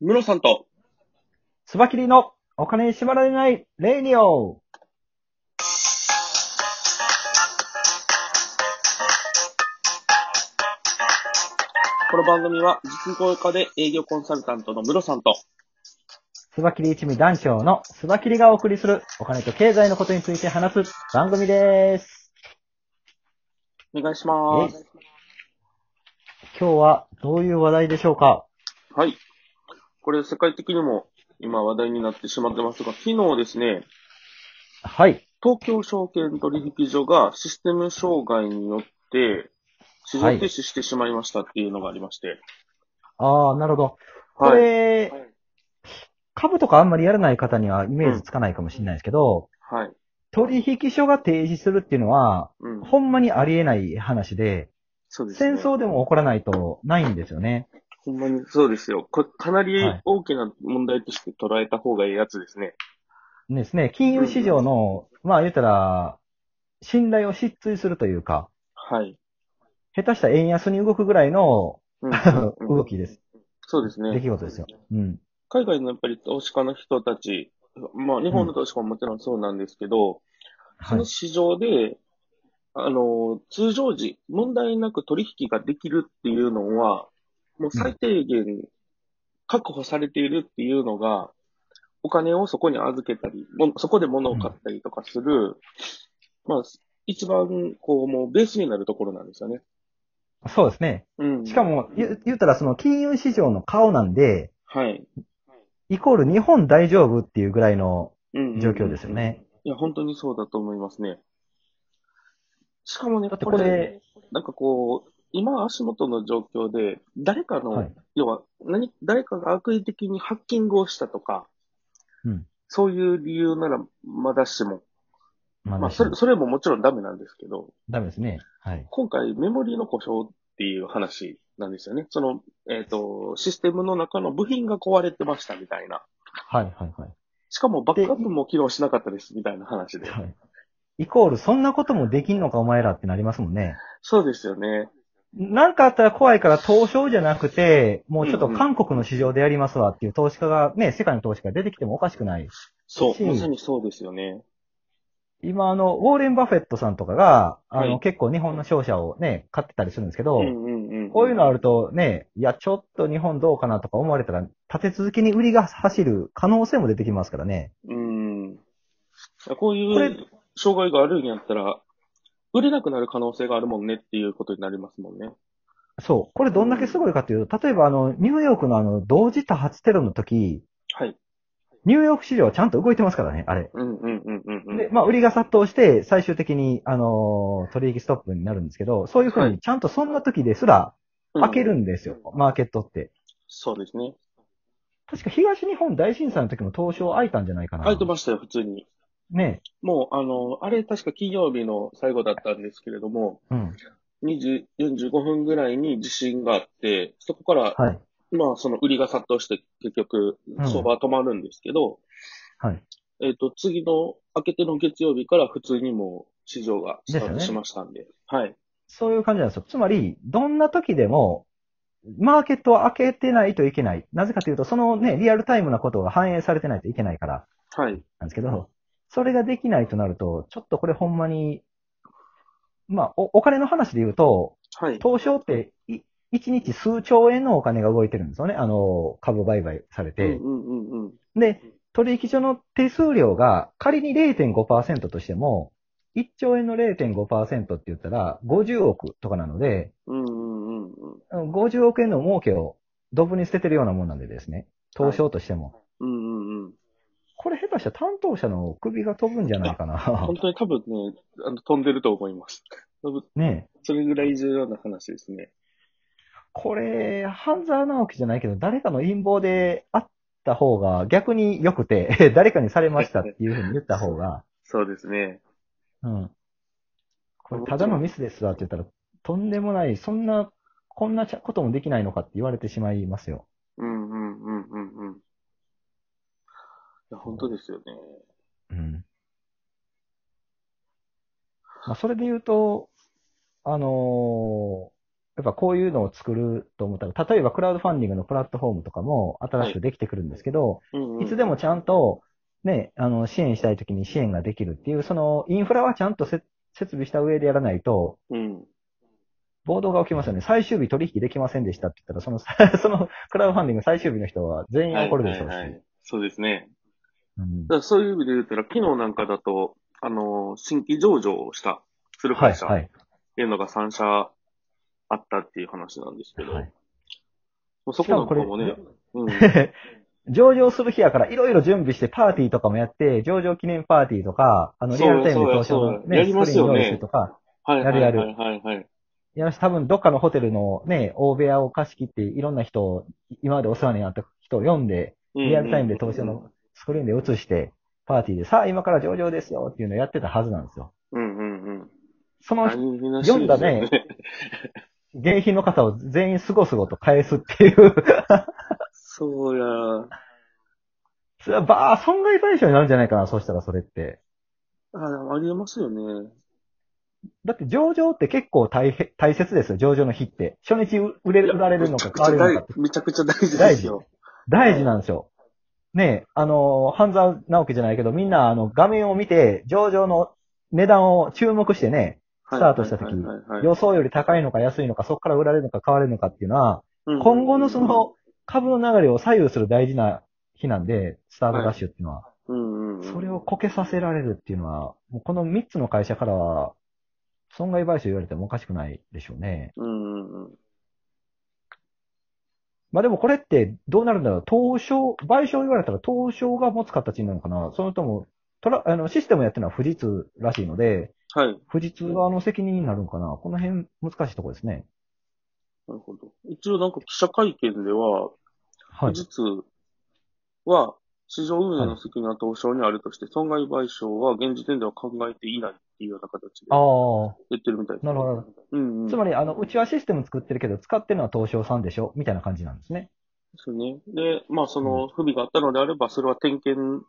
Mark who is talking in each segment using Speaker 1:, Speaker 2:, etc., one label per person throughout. Speaker 1: ムロさんと、
Speaker 2: スバキリのお金に縛られないレイディオ。
Speaker 1: この番組は実業家で営業コンサルタントのムロさんと、
Speaker 2: スバキリ一味団長のスバキリがお送りするお金と経済のことについて話す番組です。
Speaker 1: お願いします。
Speaker 2: 今日はどういう話題でしょうか
Speaker 1: はい。これ世界的にも今話題になってしまってますが、昨日ですね、
Speaker 2: はい。
Speaker 1: 東京証券取引所がシステム障害によって、市場停止してしまいましたっていうのがありまして。
Speaker 2: ああ、なるほど。こ
Speaker 1: はい。
Speaker 2: れ、
Speaker 1: はい
Speaker 2: 株とかあんまりやらない方にはイメージつかないかもしれないですけど、
Speaker 1: はい。
Speaker 2: 取引所が停止するっていうのは、
Speaker 1: うん。
Speaker 2: ほんまにありえない話で、
Speaker 1: そうです
Speaker 2: 戦
Speaker 1: ね。
Speaker 2: 争でも起こらないとないんですよね。
Speaker 1: ほんまにそうですよ。これかなり
Speaker 2: はい
Speaker 1: 大きな問題として捉えた方がいいやつですね。
Speaker 2: ですね、金融市場の、まあ言ったら、信頼を失墜するというか、
Speaker 1: はい。
Speaker 2: 下手したら円安に動くぐらいの
Speaker 1: うん
Speaker 2: 動きです。
Speaker 1: そうですね。
Speaker 2: 出来事ですよ。うん。
Speaker 1: 海外のやっぱり投資家の人たち、まあ日本の投資家ももちろんそうなんですけど、そ
Speaker 2: はい
Speaker 1: の。市場で、あの、通常時、問題なく取引ができるっていうのは、もう最低限確保されているっていうのが、お金をそこに預けたり、もそこで物を買ったりとかする、まあ、一番、こう、もうベースになるところなんですよね。
Speaker 2: そうですね。
Speaker 1: うん。
Speaker 2: しかも、言言ったらその金融市場の顔なんで、
Speaker 1: はい。
Speaker 2: イコール日本大丈夫っていうぐらいの
Speaker 1: うん
Speaker 2: 状況ですよ。ね。
Speaker 1: いや、本当にそうだと思いますね。しかもね、
Speaker 2: だって
Speaker 1: こ
Speaker 2: これ
Speaker 1: れ、なんかこう、今足元の状況で、誰かの、
Speaker 2: はい
Speaker 1: 要は何、誰かが悪意的にハッキングをしたとか、
Speaker 2: うん
Speaker 1: そういう理由ならまだしも、
Speaker 2: ま
Speaker 1: まあ
Speaker 2: あ、
Speaker 1: それ、それももちろんダメなんですけど、
Speaker 2: ダメですね。はい。
Speaker 1: 今回メモリの故障っていう話なんですよね。その、えっ、と、システムの中の部品が壊れてましたみたいな。
Speaker 2: はい、はい、はい
Speaker 1: しかもバックアップも機能しなかったですみたいな話で。
Speaker 2: はい。イコール、そんなこともできんのかお前らってなりますもんね。
Speaker 1: そうですよね。
Speaker 2: なんかあったら怖いから東証じゃなくて、もうちょっと韓国の市場でやりますわっていう投資家がね、世界の投資家が出てきてもおかしくない。
Speaker 1: そう、
Speaker 2: うん
Speaker 1: まさにそうですよね。
Speaker 2: 今、あの、ウォーレン・バフェットさんとかが、あの、
Speaker 1: はい
Speaker 2: 結構日本の商社をね、買ってたりするんですけど、
Speaker 1: うんうんうん。
Speaker 2: こういうのあ
Speaker 1: る。
Speaker 2: るとね、いや、ちょっと日本どうかなとか思われたら、立て続けに売りが走る可能性も出てきますからね。
Speaker 1: うん。こうい
Speaker 2: これ
Speaker 1: う障害があるんやったら、売れなくなる可能性があるもんねっていうことになりますもんね。
Speaker 2: そう。これどんだけすごいかというと、例えばあの、ニューヨークのあの、同時多発テロの時、
Speaker 1: はい。
Speaker 2: ニューヨーク市場はちゃんと動いてますからね、あれ。
Speaker 1: うんうんうんうんうん。
Speaker 2: で、まあ、売りが殺到して、最終的に、あのー取引ストップになるんですけど、そういうふう
Speaker 1: はい
Speaker 2: に、ちゃんとそんな時ですら、
Speaker 1: うん
Speaker 2: 開けるんですよ、マーケットって。
Speaker 1: そうですね。
Speaker 2: 確か東日本大震災の時も東証開いたんじゃないかな。
Speaker 1: 開いてましたよ、普通に。
Speaker 2: ね
Speaker 1: もう、あの、あれ確か金曜日の最後だったんですけれども、
Speaker 2: え。うん。
Speaker 1: 20、45分ぐらいに地震があって、そこから、
Speaker 2: はい。
Speaker 1: まあ、その売りが殺到して、結局、
Speaker 2: うん
Speaker 1: 相場は止まるんですけど、
Speaker 2: はい。
Speaker 1: えっ、と、次の、明けての月曜日から普通にもう市場がスタート
Speaker 2: です
Speaker 1: し
Speaker 2: よね
Speaker 1: ましたんで。はい。
Speaker 2: そういう感じなんですよ。つまり、どんな時でも、マーケットを開けてないといけない。なぜかというと、そのね、リアルタイムなことが反映されてないといけないから、
Speaker 1: はい。
Speaker 2: なんですけど、それができないとなると、ちょっとこれほんまに、まあ、おお金の話で言うと、
Speaker 1: はい。
Speaker 2: 東証ってい、1日数兆円のお金が動いてるんですよね。あの、株売買され
Speaker 1: う
Speaker 2: て
Speaker 1: ん。うんうんうん。
Speaker 2: で、取引所の手数料が仮に0.5%としても、1兆円の0.5%って言ったら50億とかなので、
Speaker 1: うんうんうんうん。
Speaker 2: うん50億円の儲けをドブに捨ててるようなもんなんでですね。東証としても。
Speaker 1: うんうんうん。
Speaker 2: これ下手したら担当者の首が飛ぶんじゃないか な
Speaker 1: 本。当に多分ね、あの飛んでると思います。多分
Speaker 2: ねえ
Speaker 1: それぐらい重要な話ですね。
Speaker 2: これ、半沢直樹じゃないけど、誰かの陰謀であった方が逆に良くて、 誰かにされましたっていうふうに言った方が、
Speaker 1: そうですね。
Speaker 2: うん。これ、ただのミスですわって言ったら、とんでもない、そんな、こんなちゃこともできないのかって言われてしまいますよ。
Speaker 1: うんうんうんうんうん。いや、本当ですよね。
Speaker 2: うん。まあ、それで言うと、あのやっぱこういうのを作ると思ったら、例えばクラウドファンディングのプラットフォームとかも新しくできてくるんですけど、
Speaker 1: うんうん
Speaker 2: いつでもちゃんと、ね、あの、支援したいときに支援ができるっていう、そのインフラはちゃんとせ設備した上でやらないと、
Speaker 1: うん。
Speaker 2: 暴動が起きますよね。最終日取引できませんでしたって言ったら、その、そ のクラウドファンディング最終日の人は全員怒るでしょうし。
Speaker 1: はいはいはいそうですね。
Speaker 2: うん
Speaker 1: だからそういう意味で言ったら、昨日なんかだと、あの、新規上場をした、する
Speaker 2: はい、
Speaker 1: 会社
Speaker 2: は
Speaker 1: っ
Speaker 2: い。
Speaker 1: ていうのが3社あったっていう話なんですけど、
Speaker 2: はい
Speaker 1: もうそこなんかもね、 うん。
Speaker 2: 上場する日やから、いろいろ準備して、パーティーとかもやって、上場記念パーティーとか、あの、リ
Speaker 1: そう
Speaker 2: アルタイムで投資
Speaker 1: そう
Speaker 2: の
Speaker 1: やそうやや
Speaker 2: ね、
Speaker 1: り
Speaker 2: ス
Speaker 1: ま
Speaker 2: ク
Speaker 1: す
Speaker 2: リーン
Speaker 1: よ
Speaker 2: 用
Speaker 1: ね
Speaker 2: 意してとか、
Speaker 1: はい
Speaker 2: やるやる
Speaker 1: はいはいはい。
Speaker 2: いや、多分どっかのホテルのね、大部屋を貸し切って、いろんな人を、今までお世話になった人を読んで、
Speaker 1: うん
Speaker 2: リアルタイムで投資のスクリーンで映して、パーティーで、さあ今から上場ですよっていうのをやってたはずなんですよ。
Speaker 1: うんうんうん。
Speaker 2: その
Speaker 1: 大変らしい
Speaker 2: 読んだ
Speaker 1: で
Speaker 2: ね
Speaker 1: すよ。
Speaker 2: 原品の方を全員すごすごと返すっていう、
Speaker 1: そうや。
Speaker 2: それはばー、損害賠償になるんじゃないかな、そうしたらそれって。
Speaker 1: あ、でもありえますよね。
Speaker 2: だって上場って結構大変、大切ですよ、上場の日って。初日売れる、売られるのか買われるのかって。
Speaker 1: めちゃくちゃ大事ですよ。
Speaker 2: 大事なんですよ。ねえ、あの、半沢直樹じゃないけど、みんなあの、画面を見て、上場の値段を注目してね、
Speaker 1: はい
Speaker 2: スタートした
Speaker 1: は
Speaker 2: 時
Speaker 1: いはいはいはい
Speaker 2: 予想より高いのか安いのか、そこから売られるのか買われるのかっていうのは、今後のそ、の株の流れを左右する大事な日なんで、スタートダッシュっていうのは。
Speaker 1: うんうんうん、
Speaker 2: それをこけさせられるっていうのは、もうこの3つの会社からは、損害賠償言われてもおかしくないでしょうね。
Speaker 1: うんうんうん。
Speaker 2: まあでもこれってどうなるんだろう東証、賠償言われたら東証が持つ形になるのかなそれとも、トラ、あの、システムやってるのは富士通らしいので、
Speaker 1: はい。な
Speaker 2: 富士通側の責任になるのかなこの辺難しいところですね。
Speaker 1: るほど。一応なんか記者会見では、
Speaker 2: はい。
Speaker 1: 富士通は市場運営の責任は東証にあるとして、損害賠償は現時点では考えていないっていうような形で
Speaker 2: ああ、
Speaker 1: 言ってるみたいです、
Speaker 2: なるほど。
Speaker 1: うん、うん。
Speaker 2: つまり、あの、うちはシステム作ってるけど、使ってるのは東証さんでしょみたいな感じなんですね。
Speaker 1: ですね。で、まあ、その、不備があったのであれば、それは点検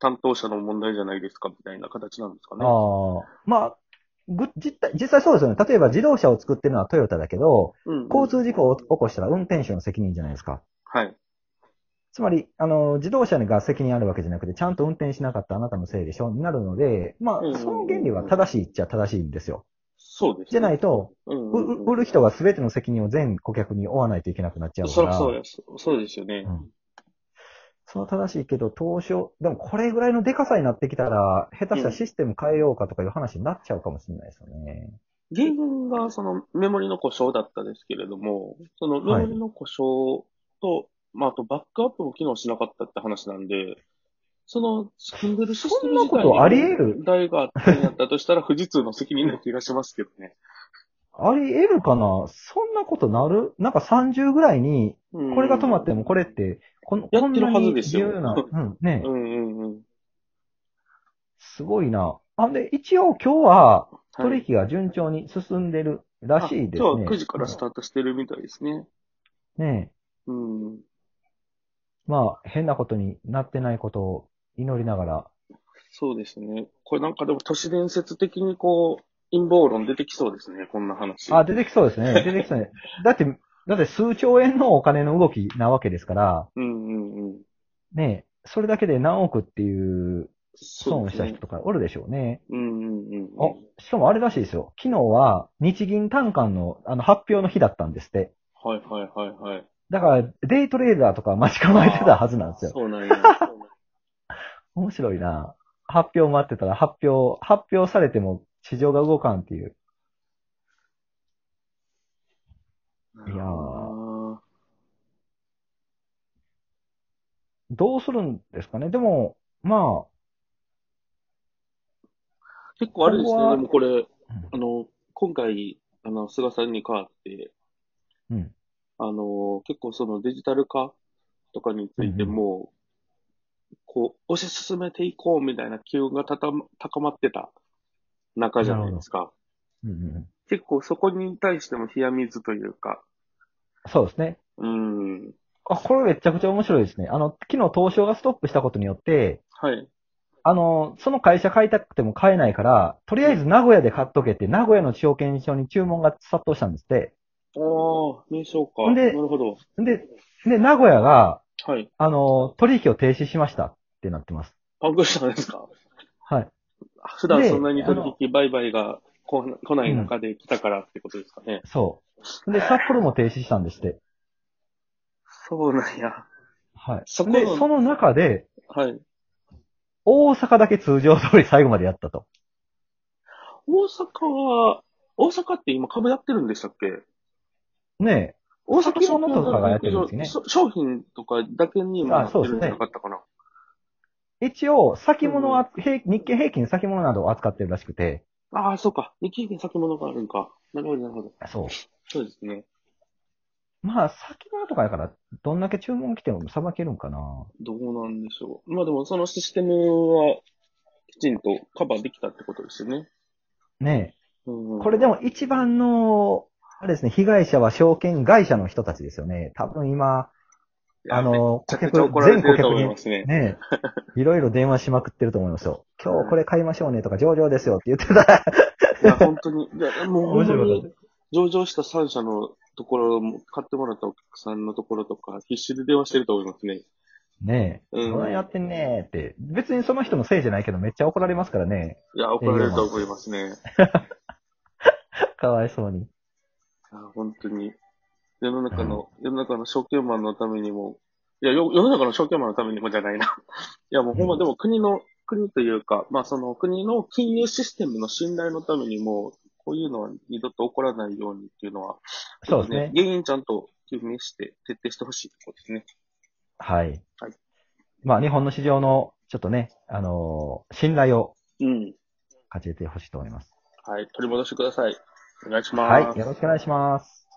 Speaker 1: 担当者の問題じゃないですか、みたいな形なんですかね。
Speaker 2: ああ。まあ、ぐ、実際、実際そうですよね。例えば自動車を作ってるのはトヨタだけど、
Speaker 1: うんうん。
Speaker 2: 交通事故を起こしたら運転手の責任じゃないですか。
Speaker 1: はい。
Speaker 2: つまり、あの、自動車が責任あるわけじゃなくて、ちゃんと運転しなかったあなたのせいでしょになるので、まあ
Speaker 1: うんうんう、ん
Speaker 2: その原理は正しいっちゃ正しいんですよ。
Speaker 1: そうです、。
Speaker 2: じゃないいと、
Speaker 1: うん
Speaker 2: う
Speaker 1: うんうん、
Speaker 2: う売る人が全ての責任を全顧客に負わないといけなくなっちゃうか
Speaker 1: そら
Speaker 2: ら、
Speaker 1: そうや、そそうですよね。
Speaker 2: その正しいけど、投資を、でもこれぐらいのデカさになってきたら、下手したらシステム変えようかとかいう話になっちゃうかもしれないですよね。
Speaker 1: 原因がそのメモリの故障だったですけれども、そのメモリの故障と、まあ、あとバックアップも機能しなかったって話なんで、その、組んでるシステム
Speaker 2: そんなことあり得る
Speaker 1: 問題があったんやったとしたら、富士通の責任な気がしますけどね。
Speaker 2: あり得るかなそんなことなるなんか30ぐらいに、
Speaker 1: うん
Speaker 2: これが止まってもこれって、この、
Speaker 1: や
Speaker 2: こ
Speaker 1: っ
Speaker 2: ん
Speaker 1: てる
Speaker 2: な
Speaker 1: はず
Speaker 2: に
Speaker 1: です
Speaker 2: 重
Speaker 1: よ
Speaker 2: 要な、 うん、ね
Speaker 1: う、んうんうん。
Speaker 2: すごいな。あ、で、一応今日は
Speaker 1: はい
Speaker 2: 取引が順調に進んでるらしいですね。
Speaker 1: あ今日は9時からスタートしてるみたいですね。
Speaker 2: ねえ
Speaker 1: うん。
Speaker 2: まあ、変なことになってないことを祈りながら。
Speaker 1: そうですね。これなんかでも都市伝説的にこう、陰謀論出てきそうですね、こんな話。
Speaker 2: あ、出てきそ うですね。出てきそうね。だって、だって数兆円のお金の動きなわけですから、
Speaker 1: うんうんうん。
Speaker 2: ねえそれだけで何億っていう損
Speaker 1: そう
Speaker 2: を
Speaker 1: で
Speaker 2: し
Speaker 1: す
Speaker 2: た
Speaker 1: ね
Speaker 2: 人。とかおるでしょうね。
Speaker 1: うんうんうんうん。
Speaker 2: あ、しかもあれらしいですよ。昨日は日銀短観のあの発表の日だったんですって。
Speaker 1: はいはいはいはい。
Speaker 2: だから、デイトレーダーとか待ち構えてたはずなんですよ。
Speaker 1: そうなんや。
Speaker 2: 面白いな。発表待ってたら発表、発表されても市場が動かんっていう。い
Speaker 1: ー
Speaker 2: やー。どうするんですかね。でも、ま
Speaker 1: 結構あれです
Speaker 2: ここ
Speaker 1: ね、で
Speaker 2: は
Speaker 1: もこれ、あの、今回、あの、菅さんに代わって、
Speaker 2: あ、うん。
Speaker 1: あの、結構そのデジタル化とかについても、こう、推し進めていこうみたいな機運がたたま高まってた中じゃないですか。
Speaker 2: うんうん、
Speaker 1: 結構そこに対しても冷や水というか、
Speaker 2: そうですね。
Speaker 1: うん。
Speaker 2: あ、これめちゃくちゃ面白いですね。あの、昨日東証がストップしたことによって、
Speaker 1: はい。
Speaker 2: あの、その会社買いたくても買えないから、とりあえず名古屋で買っとけって、名古屋の証券所に注文が殺到したんですって。
Speaker 1: ああ、名称か。
Speaker 2: ほん
Speaker 1: な
Speaker 2: で
Speaker 1: るほど。
Speaker 2: で、で、名古屋が、
Speaker 1: はい。
Speaker 2: あの、取引を停止しましたってなってます。
Speaker 1: パンクしたんですか
Speaker 2: はい。
Speaker 1: 普段
Speaker 2: で
Speaker 1: そんなに取引売買が来な来ない中で来たからってことですかね。
Speaker 2: そう。で、札幌も停止したんですって。
Speaker 1: そうなんや。
Speaker 2: はい。
Speaker 1: そこの
Speaker 2: で、その中で、
Speaker 1: はい。
Speaker 2: 大阪だけ通常通り最後までやったと。
Speaker 1: 大阪は、大阪って今株やってるんでしたっけ
Speaker 2: ね
Speaker 1: 大阪
Speaker 2: 先物とかがやってるんですね
Speaker 1: そ商品とかだけにもや
Speaker 2: あ
Speaker 1: って
Speaker 2: そうです
Speaker 1: るん
Speaker 2: ね
Speaker 1: じゃなかったかな。
Speaker 2: え。一応、先物は、平日経平均先物などを扱ってるらしくて、
Speaker 1: ああ、そうか。日経平均先物があるんか。なるほど、なるほど。
Speaker 2: そう。
Speaker 1: そうですね。
Speaker 2: まあ、先物とかだから、どんだけ注文来てもさばけるんかな。
Speaker 1: どうなんでしょう。まあでも、そのシステムは、きちんとカバーできたってことですよね。
Speaker 2: ね
Speaker 1: うん、
Speaker 2: え。これでも一番の、あれですね、被害者は証券会社の人たちですよね。多分今、
Speaker 1: いや
Speaker 2: あ、
Speaker 1: めっ
Speaker 2: の、
Speaker 1: ちゃ
Speaker 2: 顧
Speaker 1: くちゃ
Speaker 2: 客、
Speaker 1: 怒られ
Speaker 2: 全
Speaker 1: て
Speaker 2: 顧
Speaker 1: ると
Speaker 2: 客
Speaker 1: 思い
Speaker 2: に
Speaker 1: ますね。
Speaker 2: ねえ、いろいろ電話しまくってると思いますよ。今日これ買いまし ょうねとか、上場ですよって言ってたら、
Speaker 1: いや、本当に。いや、もう本当
Speaker 2: 面白
Speaker 1: に
Speaker 2: かっ、
Speaker 1: 上場した3社のところも、買ってもらったお客さんのところとか、必死で電話してると思いますね。
Speaker 2: ねえ、
Speaker 1: うん
Speaker 2: どないやってんねえって。別にその人のせいじゃないけど、めっちゃ怒られますからね。
Speaker 1: いや、怒られると思いますね。
Speaker 2: かわいそうに。
Speaker 1: いや本当に。世の中の、世の中の証券マンのためにも、いや、よ世の中の証券マンのためにもじゃないな。いや、もうほん
Speaker 2: う
Speaker 1: ま、
Speaker 2: ん
Speaker 1: でも国の、国というか、まあその国の金融システムの信頼のためにも、こういうのは二度と起こらないようにっていうのは、
Speaker 2: そうですね。
Speaker 1: 原因ちゃんと究明して徹底してほしいところですね。
Speaker 2: はい。
Speaker 1: はい
Speaker 2: まあ、日本の市場の、ちょっとね、あのー信頼を
Speaker 1: うん。
Speaker 2: 勝ち得てほしいと思います。
Speaker 1: はい、取り戻してください。お願いします。
Speaker 2: はい。よろしくお願いします。